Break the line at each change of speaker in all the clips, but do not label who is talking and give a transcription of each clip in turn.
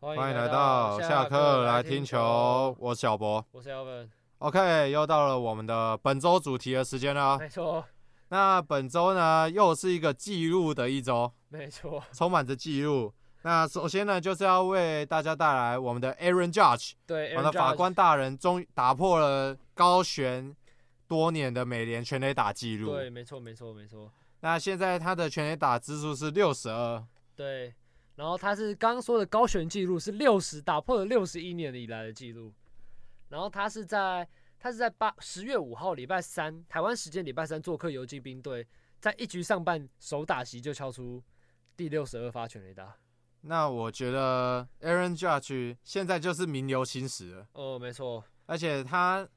欢
欢迎来到下课来听球，，我是小博。
我是 Alvin，
OK，又到了我们的本周主题的时间了。哦
没错，
那本周呢，又是一个记录的一周，
没错，
充满着记录。那首先呢，就是要为大家带来我们的 Aaron Judge，
对，
我们的
Aaron
法
Judge，
官大人终于打破了高悬多年的美联全垒打记录。
对，没错，没错，没错，
那现在他的全垒打支数是六十二，
对。然后他是刚刚说的高悬记录是六十，打破了六十一年以来的记录。然后他是在他是在八十月五号礼拜三台湾时间礼拜三做客游击兵队，在一局上半首打席就敲出第六十二发全垒打。
那我觉得 Aaron Judge 现在就是名留青史了，
哦，没错，
而且他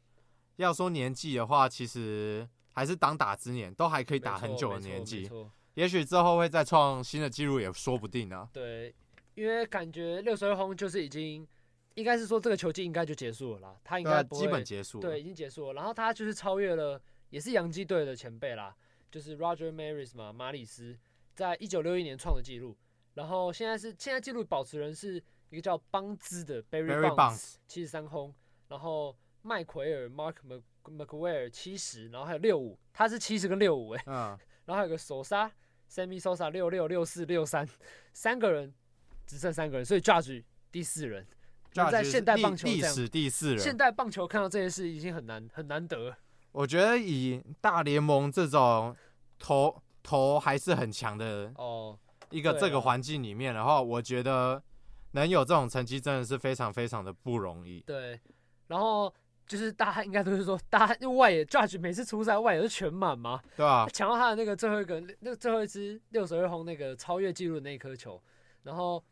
要说年纪的话，其实还是当打之年，都还可以
被
打很久的年
没
纪，
错。
也许之后会再创新的纪录也说不定啊。
对，因为感觉六十二轰就是已经，应该是说这个球季应该就结束了啦，他应
对啊，
该不
基本
会
结束了。
对已经结束了，然后他就是超越了也是洋基队的前辈啦，就是 Roger Maris 嘛，马里斯在一九六一年创的记录，然后现在是现在记录保持人是一个叫邦兹的 Barry
，Barry Bonds
七十三轰，然后麦奎尔 Mark Mc McWare 七十，然后还有六五，他是七十跟六五哎。
嗯，
然后还有个手杀 Sammy Sosa 六六六四六三，三个人只剩三个人，所以 Judge 第四人。那
Judge
在
是
现代
历
棒球
历
这样
史第四
现
人，
代棒球看到这件事已经很难很难得，
我觉得以大联盟这种投投还是很强的
哦，
一个
对
这个
啊
环境里面的话，我觉得能有这种成绩真的是非常非常的不容易。
对，然后。就是大家应该都是说，大家因为外野 Judge 每次出赛外野都全满嘛，
对啊
他，抢到他的那个最后一个那个最后一支六十二轰那个超越纪录的那颗球，然后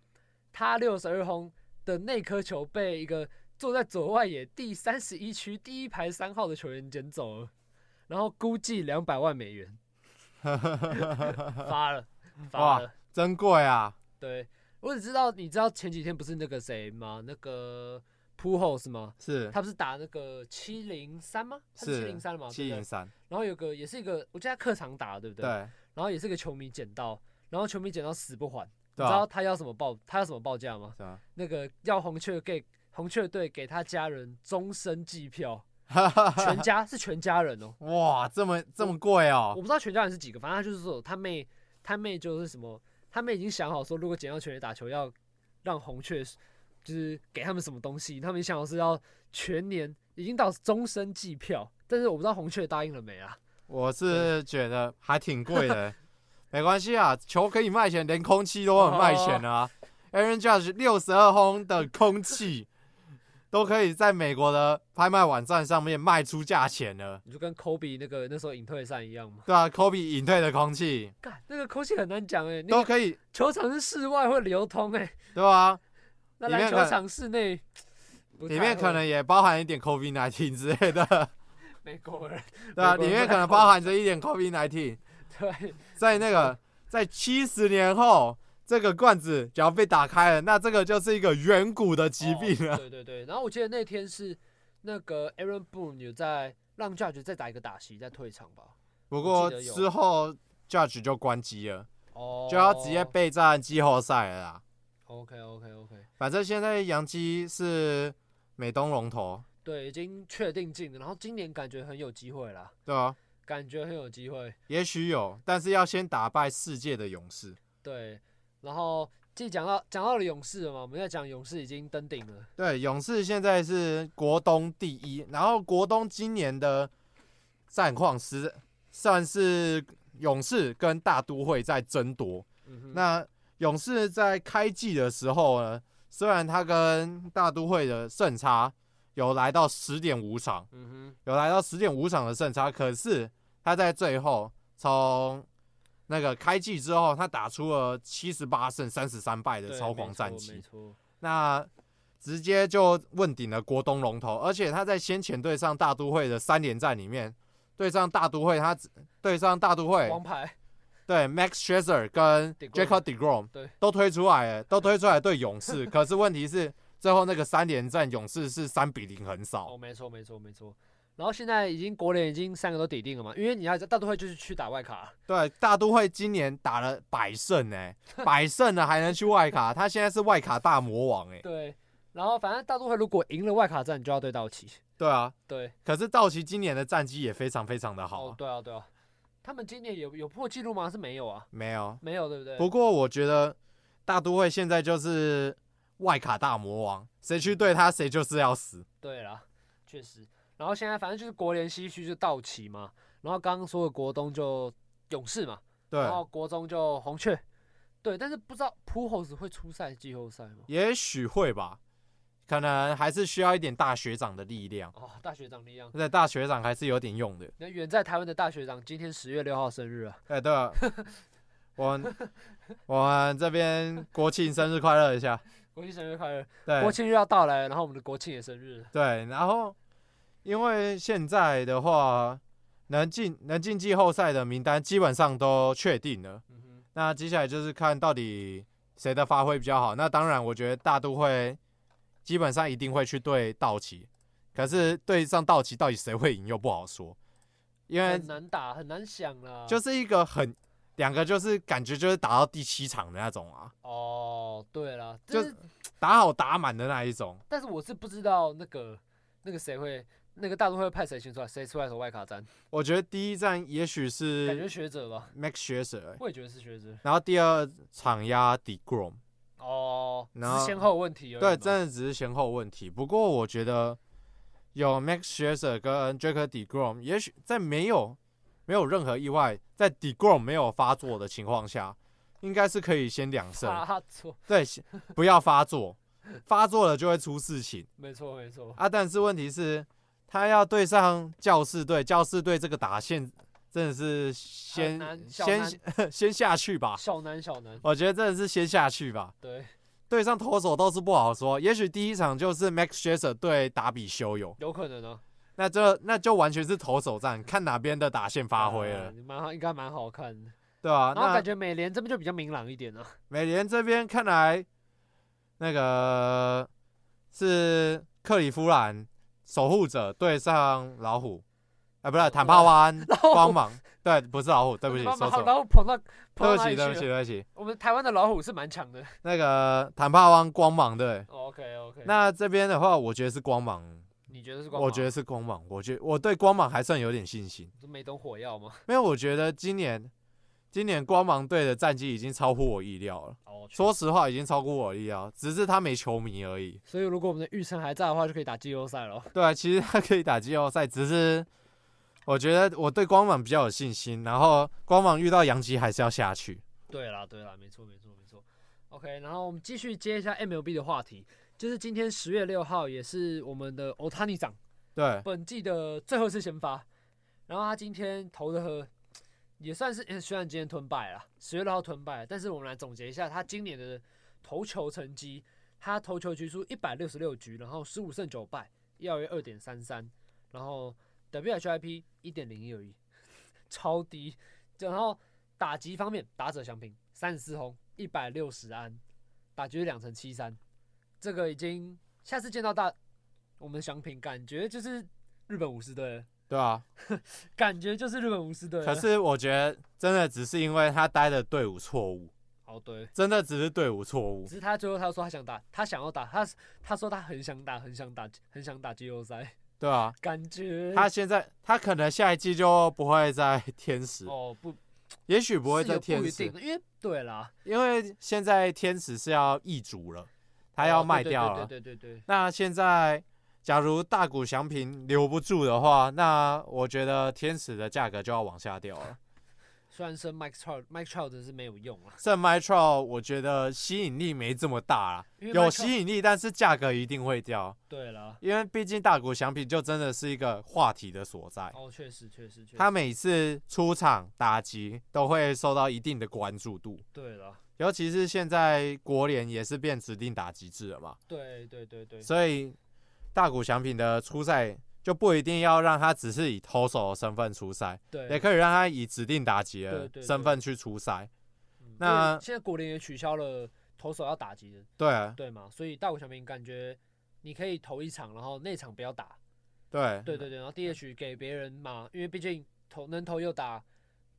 他六十二轰的那颗球被一个坐在左外野第三十一区第一排三号的球员捡走了，然后估计两百万美 元发了发
哇
了。
珍贵啊！
对我只知道你知道前几天不是那个谁吗？那个 p u h o s 吗？
是
他不是打那个七零三吗？他是七零三了嘛？
七
对不
零
对？
三，
然后有个也是一个，我记得他客场打的对不对？
对
然后也是个球迷捡到，然后球迷捡到死不还。你
对
知道
啊，
他要什么报他要什么报价吗？
是啊吧
那个要红雀给红雀队给他家人终身计 票，全家是全家人哦。
哇，这么这么贵
我
哦！
不知道全家人是几个，反正他就是说他妹他妹就是什么，他妹已经想好说，如果捡到全垒打球要让红雀就是给他们什么东西，他们想好是要全年已经到终身计票，但是我不知道红雀答应了没啊？
我是觉得还挺贵的，没关系啊，球可以卖钱，连空气都很卖钱啊。Aaron Judge 六十二轰的空气都可以在美国的拍卖网站上面卖出价钱了，
你就跟 Kobe 那个那时候隐退赛一样吗？
对啊，Kobe 隐退的空气
干，那个空气很难讲哎、那
都
个
可以，
球场是室外会流通哎、
对吧？
那
里面
篮球
可能
场室内，不太
里面可
会
能也包含一点 COVID 1 9之类的，
美国人
对
美
啊，
国人
里面
不太
可能
好
包含着一点 COVID 1 9
对
在那个在七十年后，这个罐子只要被打开了，那这个就是一个远古的疾病了。啊
哦对对对，然后我记得那天是那个 Aaron Boone 有在让 Judge 再打一个打席，再退场吧。
不过
记得有
之后 Judge 就关机了，
哦，
就要直接备战季后赛了啦。
OK OK OK，
反正现在杨基是美东龙头，
对，已经确定进了，然后今年感觉很有机会啦，
对啊，
感觉很有机会。
也许有，但是要先打败世界的勇士。
对，然后既讲到讲到了勇士了嘛，我们在讲勇士已经登顶了。
对，勇士现在是国东第一，然后国东今年的战况是算是勇士跟大都会在争夺。
嗯哼，
那勇士在开季的时候呢，虽然他跟大都会的胜差有来到十点五场，
嗯
有来到十点五场的胜差，可是他在最后从那个开季之后，他打出了七十八胜三十三败
哼，
的
对
超
没
狂战
错没
绩，
错，
那直接就问鼎了国东龙头，而且他在先前对上大都会的三连战里面，对上大都会他只对上大都会
王牌
对 Max Scherzer 跟
DeGrom
Jacob Degrom
对
都推出来了，都推出来对勇士。 可是问题是，最后那个三连战，勇士是三比零横
哦，
扫。
没错没错没错。然后现在已经国联已经三个都抵定了嘛，因为你要知道大都会就是去打外卡，啊
对，大都会今年打了百胜哎、 百胜了还能去外卡，他现在是外卡大魔王哎、
对。然后反正大都会如果赢了外卡战，你就要对道奇，
对啊，
对，
可是道奇今年的战绩也非常非常的好、
哦，
啊，
对啊，对啊。他们今年有有破纪录吗？是没有啊，
没有。
没有，对不对？
不过我觉得大都会现在就是外卡大魔王，谁去对他谁就是要死。
对啦，确实。然后现在反正就是国联西区就道奇嘛，然后刚刚说的国东就勇士嘛，
对，
然后国中就红雀，对。但是不知道普侯子会出赛季后赛吗？
也许会吧，可能还是需要一点大学长的力量，
哦，大学长力量。
对，大学长还是有点用的。
那远在台湾的大学长今天十月六号生日啊，
哎、对了，我们我们这边国庆生日快乐一下，
国庆生日快乐！
对
国庆日要到来了，然后我们的国庆也生日了。
对，然后因为现在的话，能进能进季后赛的名单基本上都确定了。
嗯哼，
那接下来就是看到底谁的发挥比较好。那当然，我觉得大都会基本上一定会去对道奇，可是对上道奇到底谁会赢又不好说，因为
很难打，很难想啊啦。
就是一个很两个就是感觉就是打到第七场的那种啊，
哦，对啦，
就
但是
打好打满的那一种。
但是我是不知道那个那个谁会那个大都会派谁先出来，谁出来投外卡战，
我觉得第一站也许
感觉
是
学者吧，
Max Scherzer，欸
我也觉得是学者。
然后第二场压 Degrom。
哦，只
然后
是先后问题而已嘛。
对，真的只是先后问题。不过我觉得有 Max Scherzer 跟 Jacob Degrom，也许在没有没有任何意外，在 Degrom 没有发作的情况下，应该是可以先两胜。
发错，
对，先不要发作，发作了就会出事情
没错没错。
啊。但是问题是，他要对上教士队，教士队这个打线真的是
很
先
难小
先
难
先 下去吧。
小难小难，
我觉得真的是先下去吧。
对，
对上投手都是不好说，也许第一场就是 Max Scherzer 对达比修友，
有可能啊，
那这那就完全是投手战，看哪边的打线发挥
啊
了，
蛮好，应该蛮好看的。
对吧、
然后
那
感觉美联这边就比较明朗一点啊，
美联这边看来，那个是克利夫兰守护者对上老虎，啊，不是坦帕湾 光 芒，对，不是老虎，对不起，
然
说错，了，
后捧到
对
捧到哪
不起，
里
对不起，
去了？
对不起，
我们台湾的老虎是蛮强的。
那个坦帕湾光芒对，
OK OK，
那这边的话，我觉得是光芒。
你觉得是光芒？
我觉得是光芒，我觉我对光芒还算有点信心，
是没懂火药吗？
因为我觉得今年今年光芒队的战绩已经超乎我意料了。
哦，
说实话，已经超乎我意料，只是他没球迷而已。
所以如果我们的预程还在的话，就可以打季后赛了。
对啊，其实他可以打季后赛，只是我觉得我对光芒比较有信心。然后光芒遇到杨基还是要下去。
对啦，对啦，没错，没错，没错。OK，然后我们继续接一下 MLB 的话题，就是今天十月六号也是我们的 Otani 长
对，
本季的最后一次先发，然后他今天投的也算是，呃虽然今天吞败了，十月六号吞败了，但是我们来总结一下他今年的投球成绩，他投球局数一百六十六局，然后十五胜九败，ERA 二点三三，然后 WHIP 一点零一而已， 超低。然后打击方面，打者相平，三十四轰，一百六十安，打局两成七三，这个已经下次见到大我们祥平，感觉就是日本武士队了，
对啊。
感觉就是日本武士队了。啊
可是我觉得真的只是因为他待的队伍错误，
哦对，
真的只是队伍错误
只。是他最后他说他想打，他想要打，他他说他很想打，很想打，很想打季后赛，
对啊，
感觉
他现在他可能下一季就不会在 天使
哦不
也许不会
是有
在天
不一
使，
定，因为对啦，
因为现在天使是要易主了，他要
哦
卖
对对
掉了。
对对对对
那现在假如大谷翔平留不住的话，那我觉得天使的价格就要往下掉 了。
虽然是 Mike Trout，Mike Trout 真是没有用啊，
圣麦 t r o 我觉得吸引力没这么大啦，
因为 Mike
有
Trout-
吸引力，但是价格一定会掉，
对啦，
因为毕竟大谷翔平就真的是一个话题的所在。
哦确实确实确实，
他每次出场打击都会受到一定的关注度，
对啦，
尤其是现在国联也是变指定打击制了嘛，
对对对对，
所以大谷翔平的出赛就不一定要让他只是以投手的身份出赛，
对
也可以让他以指定打击
对
的
对对
身份去出赛。
嗯
那
因为现在国联也取消了投手要打击的
对啊
对嘛，所以大谷翔平感觉你可以投一场，然后那场不要打，
对
对对对，然后 DH 给别人嘛，因为毕竟投能投又打，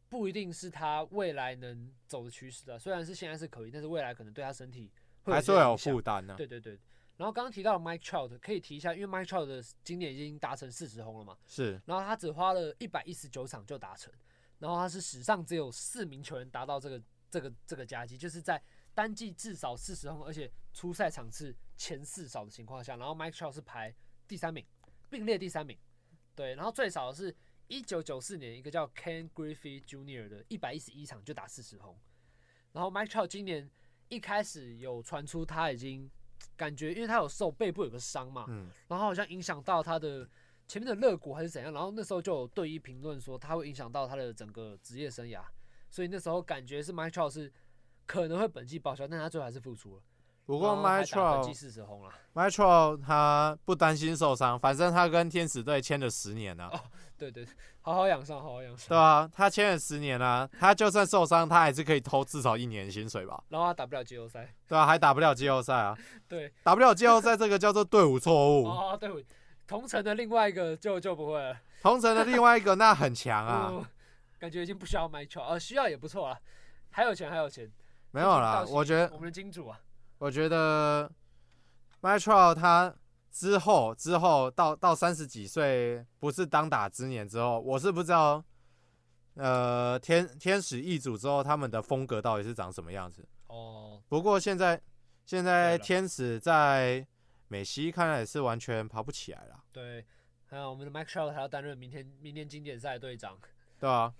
不一定是他未来能走的趋势啊。虽然是现在是可以，但是未来可能对他身体会
还
一
是
些
会
影
有
响
负担呢。
对对对。然后刚刚提到的 Mike Trout 可以提一下，因为 Mike Trout 的今年已经达成四十轰了嘛，
是，
然后他只花了一百一十九场就达成，然后他是史上只有四名球员达到这个这个这个佳绩，就是在单季至少四十轰，而且出赛场次前四少的情况下，然后 Mike Trout 是排第三名，并列第三名，对，然后最少的是一九九四年一个叫 Ken Griffey Jr. 的一百一十一场就打四十轰，然后 Mike Trout 今年一开始有传出他已经感觉，因为他有受背部有个伤嘛，
嗯，
然后好像影响到他的前面的肋骨还是怎样，然后那时候就有队医评论说他会影响到他的整个职业生涯，所以那时候感觉是 Mike Trout 是可能会本季报销，但他最后还是复出了。
不过
然后哦还
m
打
i t r o
本季四十轰了，
m i t r o 他不担心受伤，反正他跟天使队签了十年了、
哦
啊，
对对，对好好养伤，好好养
对
伤。
啊，他签了十年啊，他就算受伤，他还是可以偷至少一年薪水吧？
然后他打不了季后赛，
对啊，还打不了季后赛啊，
对，
打不了季后赛，这个叫做队伍错误。
哦对，同城的另外一个就就不会了，
同城的另外一个那很强啊，
嗯，感觉已经不需要 Mike Trout，呃，需要也不错啊，还有钱还有钱，
没有啦，我觉得
我们的金主啊，
我觉得 m i t r o 他之后之后到到三十几岁，不是当打之年之后，我是不知道，呃，天天使易主之后他们的风格到底是长什么样子。
哦，
不过现在现在
对了
天使在美西看来是完全爬不起来了，
对，还有我们的 Mike Trout 还要担任明天明天经典赛队长。
对啊，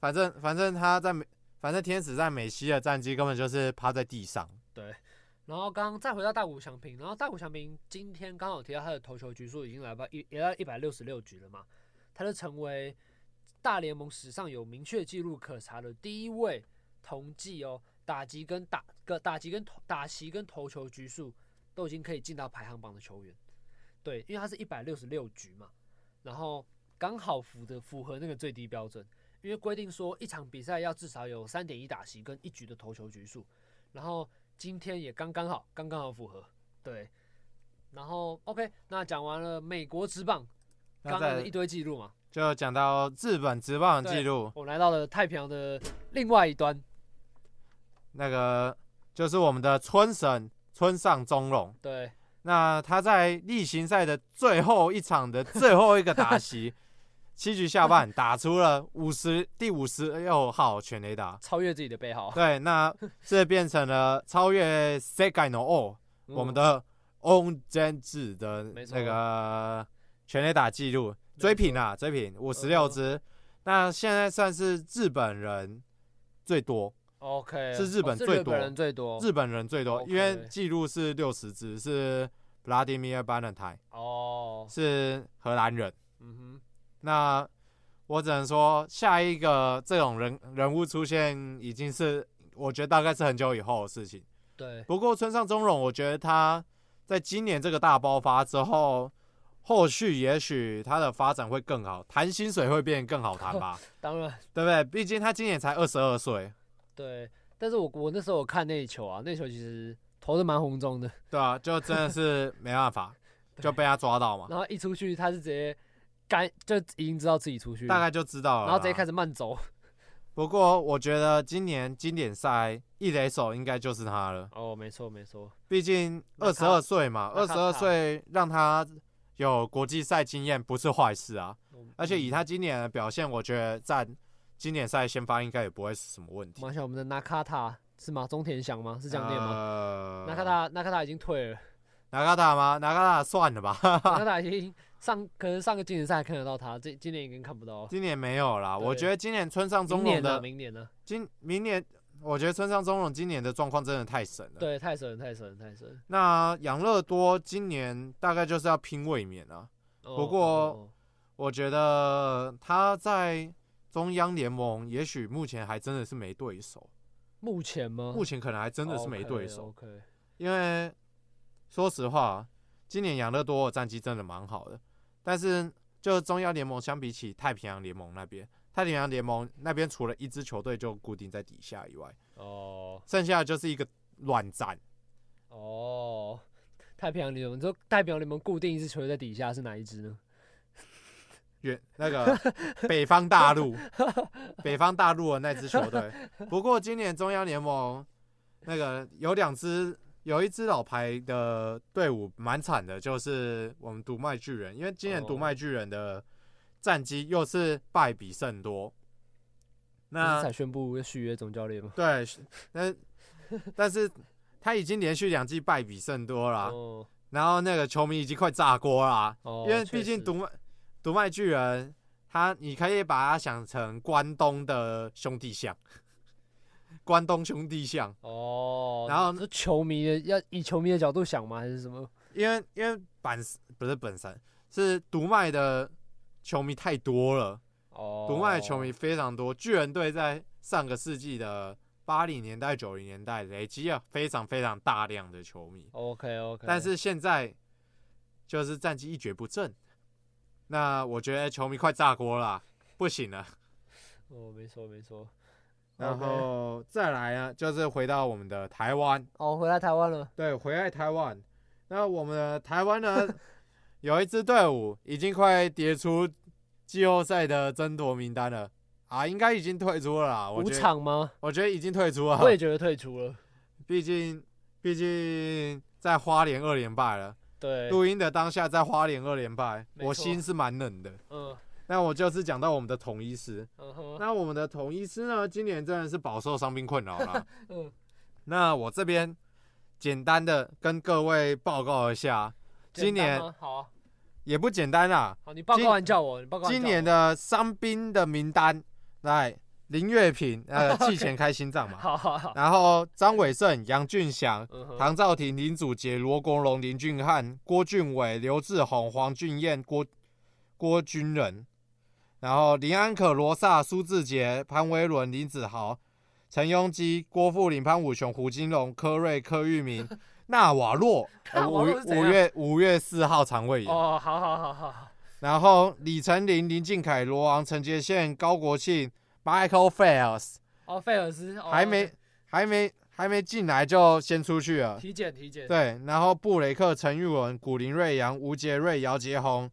反正反正他在美，反正天使在美西的战绩根本就是趴在地上。
然后刚刚再回到大谷翔平，然后大谷翔平今天刚好有提到他的投球局数已经来到一也到一百六十六局了嘛，他就成为大联盟史上有明确记录可查的第一位同季哦打击跟打个打击跟投打席跟投球局数都已经可以进到排行榜的球员。对，因为他是一百六十六局嘛，然后刚好符的符合那个最低标准，因为规定说一场比赛要至少有三点一打席跟一局的投球局数，然后今天也刚刚好，刚刚好符合。对，然后 OK，那讲完了美国职棒
那
刚刚的
在
一堆记录嘛，
就讲到日本职棒的记录，
我们来到了太平洋的另外一端，
那个就是我们的村神村上中荣。
对，
那他在例行赛的最后一场的最后一个打席，七局下半打出了五十第五十六号全垒打。
超越自己的背号。
对，那这变成了超越 Sega No O
嗯
我们的 On j 制的
没错
那个呃全垒打记录，
错嗯
追平啊，追平五十六支。那现在算是日本人最多，
OK
是日本
哦是
最
日
多
本人最多。
日本人最多，
OK
因为记录是六十支，是 Vladimir b a n a n t i
哦，
是荷兰人。
嗯
那我只能说，下一个这种人人物出现，已经是我觉得大概是很久以后的事情。
哼，对，
不过村上中荣，我觉得他在今年这个大爆发之后，后续也许他的发展会更好，谈薪水会变得更好谈吧，
当然
对不对？毕竟他今年才二十二岁，
对。但是我我那时候有看那一球啊，那球其实投的蛮红中的，
对啊，就真的是没办法，就被他 抓到嘛，
然后一出去他是直接干就已经知道自己出去了，
大概就知道了
嗯
啦。
然后直接开始慢走。
不过我觉得今年经典赛一垒手应该就是他了，
哦，没错没错，
毕竟
那
二
他
十二岁嘛，
那
二十
他
二岁让他有国际赛经验不是坏事啊。
嗯
而且以他今年的表现，我觉得占经典赛先发应该也不会是什么问题。
嗯马想我们的纳卡塔是吗？中田翔吗？是
是
这样念吗？
呃
纳卡塔纳卡塔已经退 了，
纳卡塔吗？纳卡塔算了吧，
纳卡塔已经上可能上个经典赛还看得到他，这今年已经看不到了。
今年没有啦。
对
我觉得今年村上
明
中荣
年呢？
的
明年呢？
今明年，我觉得村上中荣今年的状况真的太神了。
对，太神了太神了太神了。
那养乐多今年大概就是要拼卫冕了。
哦
不过
哦
我觉得他在中央联盟，也许目前还真的是没对手，
目前吗？
目前可能还真的
哦
是没对手。
OK，,
因为说实话，啊今年养乐多的战绩真的蛮好的，但是就中央联盟相比起太平洋联盟那边，太平洋联盟那边除了一支球队就固定在底下以外，
哦
剩下的就是一个乱战。
哦，太平洋联盟，你说太平洋联盟固定一支球队在底下是哪一支呢？
远那个北方大陆，北方大陆的那支球队。不过今年中央联盟那个有两支，有一支老牌的队伍蛮惨的，就是我们独卖巨人，因为今年独
哦
卖巨人的战绩又是败比胜多。
不是
那
才宣布要续约总教练吗？
对，但但是他已经连续两季败比胜多了啊、
哦
然后那个球迷已经快炸锅了啊、
哦，
因为
确
毕竟
实
独卖独卖巨人，他你可以把它想成关东的兄弟象， 关东兄弟象，
哦，
然后
是球迷的要以球迷的角度想吗？还是什么？
因为因为本不是本山是独卖的球迷太多了，
哦，
独卖的球迷非常多，巨人队在上个世纪的八零年代九零年代累积了非常非常大量的球迷，
，OK OK，
但是现在就是战绩一蹶不振，那我觉得球迷快炸锅了啊，不行了。
哦，没错没错，
然
OK
后再来呢，就是回到我们的台湾，
哦，回来台湾了，
对，回来台湾。那我们的台湾 呢，有一支队伍已经快跌出季后赛的争夺名单了啊，应该已经退出了啦。我
五
觉得，啊
场吗？
我觉得已经退出了
我，也觉得退出了，
毕竟，毕竟在花莲二连败了。
对，
录音的当下，在花莲二连败，
没错
我心是蛮冷的。
嗯
那我就是讲到我们的统一师，
嗯哼，
那我们的统一师呢，今年真的是饱受伤病困扰了。
嗯，
那我这边简单的跟各位报告一下，
简
今
单
年
吗好啊
也不简单啦。
好，你报
今
告完叫我，你报告完
今
叫
年
我
的伤兵的名单，来林月平， 呃，季前开心脏嘛，
好好好，
然后张伟胜、杨俊祥、
嗯哼，
唐兆廷、林祖杰、罗国荣、林俊汉、郭俊伟、刘志宏、黄俊彦、郭郭军人，然后林安可、罗萨、苏志杰、潘威伦、林子豪、陈庸基、郭富林、潘武雄、胡金龙、柯瑞、柯 玉明、纳瓦洛，呃
纳
五
瓦
月
洛是怎
五
样
月五月四号肠胃炎，
哦，好好好好好，
然后李成林、林敬凯、罗昂、陈杰宪、高国庆、Michael Fails
哦，费尔斯哦
还没还没还没进来就先出去了。
体检体检，
对，然后布雷克、陈玉文、古林瑞阳、吴杰瑞、姚杰宏、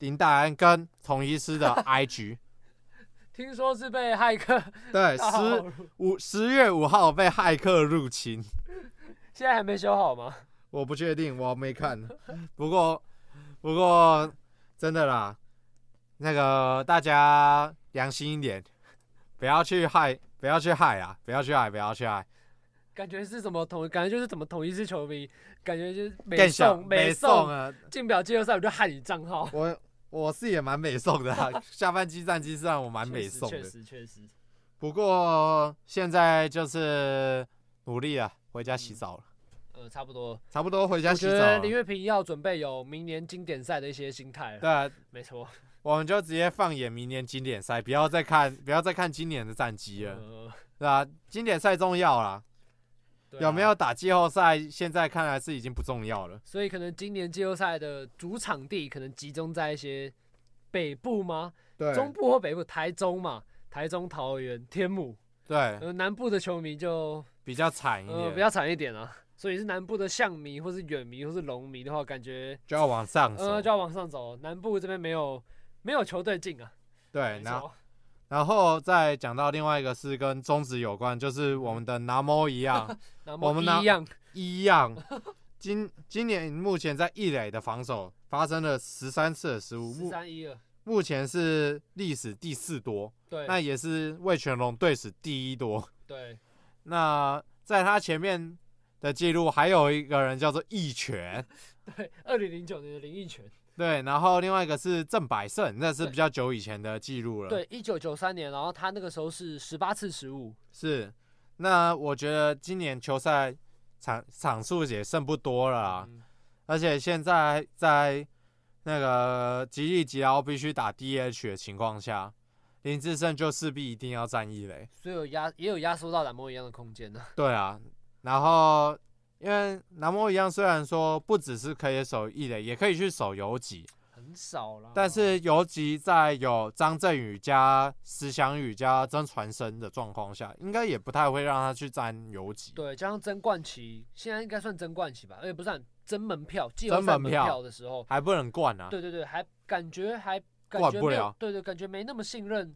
林大安跟统一师的 IG，
听说是被骇客
对，
盗
十
入
五十月五号被骇客入侵，
现在还没修好吗？
我不确定，我没看，不过不过真的啦，那个大家良心一点，不要去害，不要去害啊，不要去害，不要去害，
感觉是怎么统，感觉就是怎么统一是球迷，感觉就是美
更小
送美
美送
送
啊，
进不了季后赛，我就害你账号。
我我是也蛮美送的啊，下半季战绩是让我蛮美
确实
送的
确。实确实。
不过现在就是努力了，回家洗澡了，
呃，差不多。
差不多回家
我
洗
觉
澡啊
得
了
林。月平要准备有明年经典赛的一些心态了。
对啊，
没错。
我们就直接放眼明年经典赛，不要再看， 不要再看今年的战绩了，
呃，
对啊，经典赛重要啦，
对啊
有没有？打季后赛，现在看来是已经不重要了。
所以可能今年季后赛的主场地可能集中在一些北部吗？
对
中部或北部？台中嘛，台中、桃园、天母。
对，
呃，南部的球迷就
比较惨一
呃比
点，
较惨一点啊。所以是南部的象迷，或是远迷，或是龙迷的话，感觉
就要往上走
呃。就要往上走。南部这边没有没有球队进啊。
对，
没
然后
错
然后再讲到另外一个是跟中职有关，就是我们的南摩一样，
那
我们拿
么一样
一样。今今年目前在一垒的防守发生了十三次的失误，
十
目
三一了。
目前是历史第四多，
对
那也是魏全龙队史第一多。
对，
那在他前面的记录还有一个人叫做义拳，
对，二零零九年的林奕泉，
对，然后另外一个是郑百胜，那是比较久以前的记录了。，
对，一九九三年，然后他那个时候是十八次失误，
是。那我觉得今年球赛场场数也剩不多了啦。
嗯
而且现在在那个吉利吉奥必须打 DH 的情况下，林志胜就势必一定要站一垒。
所以有压也有压缩到蓝墨一样的空间呢。
对啊，然后因为南摩一样，虽然说不只是可以守一垒，也可以去守游击，
很少啦。
但是游击在有张振宇加石祥宇加曾传生的状况下，应该也不太会让他去站游击。
对，加上争冠期，现在应该算争冠期吧，呃而且不算争门票，季后
争
赛
门
门
票
票的时候，
还不能灌啊！
对对对，还感觉还感
管
觉
不
没有
了
对对，感觉没那么信任，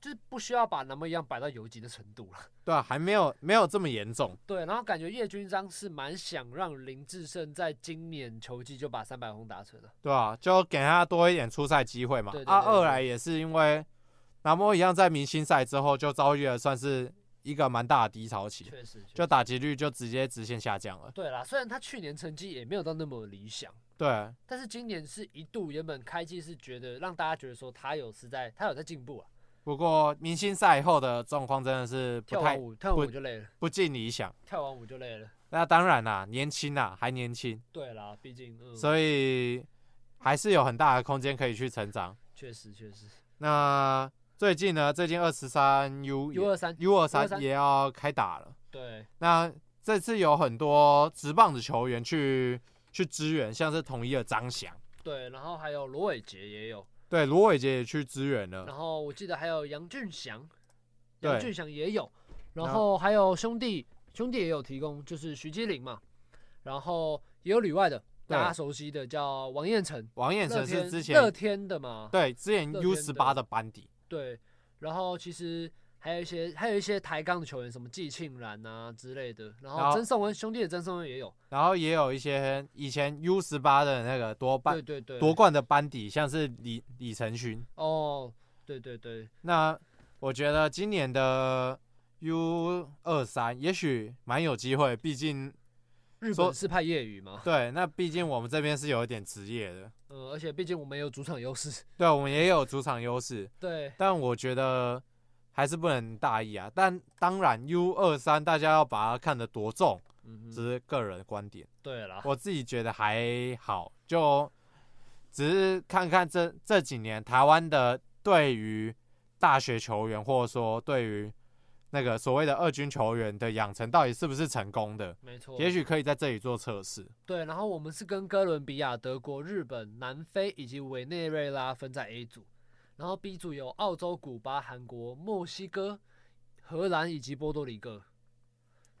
就是不需要把南门一样摆到游击的程度了。
对啊，还没有没有这么严重。
对，然后感觉叶军章是蛮想让林志胜在今年球季就把三百轰打成的。
对啊，就给他多一点出赛机会嘛。
对对
啊，
对对
二来也是因为南摩一样在明星赛之后就遭遇了算是一个蛮大的低潮期，
确实，确
就
实
打击率就直接直线下降了。
对啦。虽然他去年成绩也没有到那么理想，
对
但是今年是一度原本开季是觉得让大家觉得说他有是在他有在进步啊，
不过明星赛后的状况真的是不
跳完
太
舞跳完
不
舞就累了，
不尽理想。
跳完舞就累了。
那当然啦，年轻啦，还年轻，
对啦，毕竟嗯，
所以还是有很大的空间可以去成长。
确实确实
那最近呢，最近二十三 U
U 二三
U 二三
U23
也要开打了。
对
那这次有很多直棒的球员去去支援，像是统一的张翔，
对，然后还有罗伟杰也有，
对，罗伟杰也去支援了。
然后我记得还有杨俊祥，
嗯对
杨俊祥也有，
那
然后还有兄弟兄弟也有提供，就是徐基林嘛，然后也有里外的
对
大家熟悉的叫王彦辰，
王彦
乐
辰
天
是之
乐
前
天的嘛，
对之前
乐
U
天
十
的
八的班底，
对，然后其实还有一些还有一些抬杠的球员，什么季庆然啊之类的，然
然
后
后
曾颂文兄弟的曾颂文也有，
然后也有一些以前 U 十八的那个夺
对
班
对对，
夺冠的班底，像是李李承勋。
哦，对对对，
那我觉得今年的 U 二三也许蛮有机会，毕竟
日
说
本是派业余嘛，
对，那毕竟我们这边是有一点职业的，
嗯，而且毕竟我们有主场优势，
对我们也有主场优势。
对
但我觉得还是不能大意啊。但当然，U 二三大家要把它看得多重，
嗯
只
哼，
是个人观点。
对啦，
我自己觉得还好，就只是看看这这几年台湾的对于大学球员，或者说对于那个所谓的二军球员的养成，到底是不是成功的？
没错，
也许可以在这里做测试。
对，然后我们是跟哥伦比亚、德国、日本、南非以及委内瑞拉分在 A 组，然后 B 组有澳洲、古巴、韩国、墨西哥、荷兰以及波多黎各。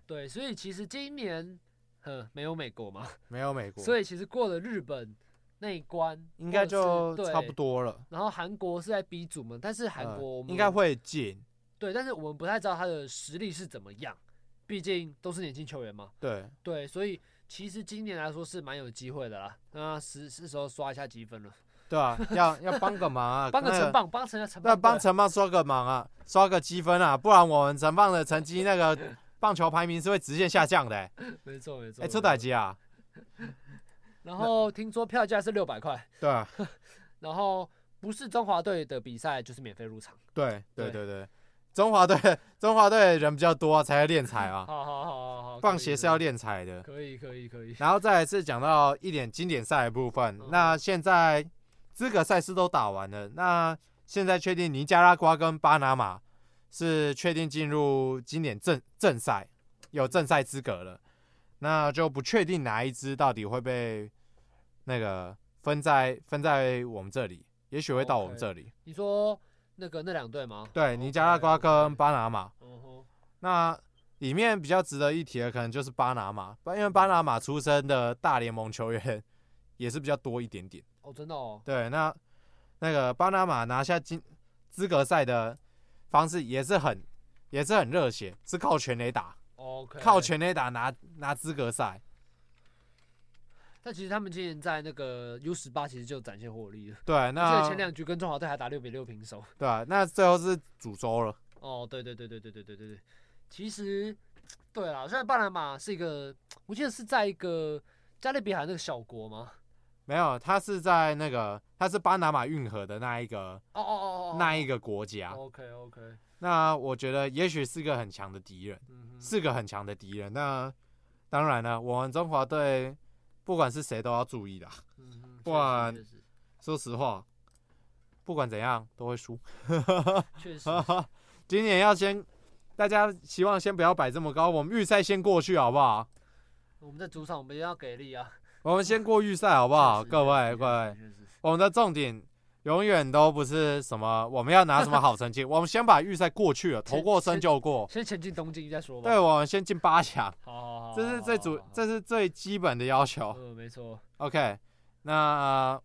对，所以其实今年，呵，没有美国嘛，
没有美国，
所以其实过了日本那一关，
应该
或
就
者是
差不。
对
多了。
然后韩国是在 B 组嘛，但是韩
呃
国我们、
应该会进，
对，但是我们不太知道他的实力是怎么样，毕竟都是年轻球员嘛。
对，
对，所以其实今年来说是蛮有机会的啦。那是是时候刷一下积分了，
对啊，要要帮个忙 啊，
帮个
那
城棒，帮城要城棒，
那帮
对
城棒刷个忙啊，刷个积分啊，不然我们城棒的成绩那个棒球排名是会直线下降的、欸。
没错没错。
哎，
没
车
错
仔机啊，
然后听说票价是六百块，
对啊
然后不是中华队的比赛就是免费入场。
对对
对
对对，中华队中华队人比较多、啊，才会练财啊，
好好好好好，
棒
可以
协是要。练财的。
可以可以可以可以，
然后再来是讲到一点经典赛的部分
嗯，
那现在资格赛事都打完了，那现在确定尼加拉瓜跟巴拿马是确定进入经典正正赛，有正赛资格了，那就不确定哪一支到底会被那个分在分在我们这里，也许会到我们
OK
这里。
你说那个那两队吗？
对，尼加拉瓜
OK，OK
跟巴拿马，
嗯哼，
那里面比较值得一提的可能就是巴拿马，因为巴拿马出身的大联盟球员 也是比较多一点点。
哦，真的哦，
对，那那个巴拿马拿下金资格赛的方式也是很也是很热血，是靠全垒打，
，OK，
靠。全垒打拿拿资格赛。
但其实他们今年在那个 U 十八其实就展现火力了，
对，
而且
那
前两局跟中华队还打六比六平手。
对啊，那最后是主州了。
哦，对对对对对对对对对，其实对啦，虽然巴拿马是一个，我记得是在一个加勒比海那个小国吗？
没有，他是在那个，他是巴拿马运河的那一个
哦哦哦哦，
那一个啊国家。
OK OK，
那我觉得也许是个很强的敌人，
嗯哼，
是个很强的敌人。那当然了，我们中华队不管是谁都要注意啦。
嗯哼，
不然
确实
说实话，不管怎样都会输。
确实，
啊今年要先，大家希望先不要摆这么高，我们预赛先过去好不好？
我们在主场我们一定要给力啊！
我们先过预赛好不好？
确实
各位各，
确
位
实，确实确实
我们的重点永远都不是什么我们要拿什么好成绩， 我们先把预赛过去了，头过身就过。
先前进东京再说吧。
对，我们先进八强，
好，好好好，
这是最主
好，好
这是最基本的要求。
嗯，没错，
呃 OK，那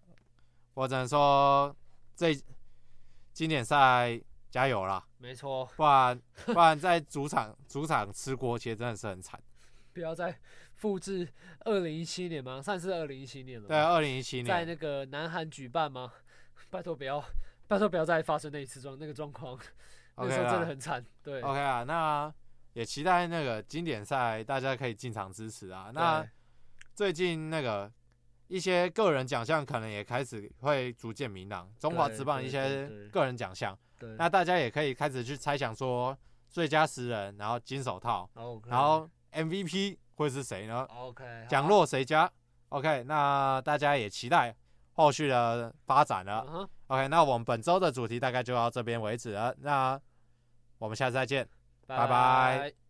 我只能说，这经典赛加油啦，
没错，
不然不然在主场主场吃锅切真的是很惨。
不要再复制二零一七年吗？上一次二零一七年了
对，
吗，
二零一七
在
年
那个南韩举办吗？ 拜托不要，拜托不要再发生那一次状那个状况，那个
，OK
时候真的
啦
很惨。对，
，OK 啊，那也期待那个经典赛大家可以进场支持啊。那
对
最近那个一些个人奖项可能也开始会逐渐明朗，中华
对
职棒一
对
些
对对
个人奖项，
对，
那大家也可以开始去猜想说最佳十人，然后金手套，
然后
然后 MVP 会是谁呢？
OK
奖落谁家？OK，那大家也期待后续的发展
好
了。
嗯哼
OK，那我们本周的主题大概就到这边为止了，那我们下次再见。拜
拜
拜
拜。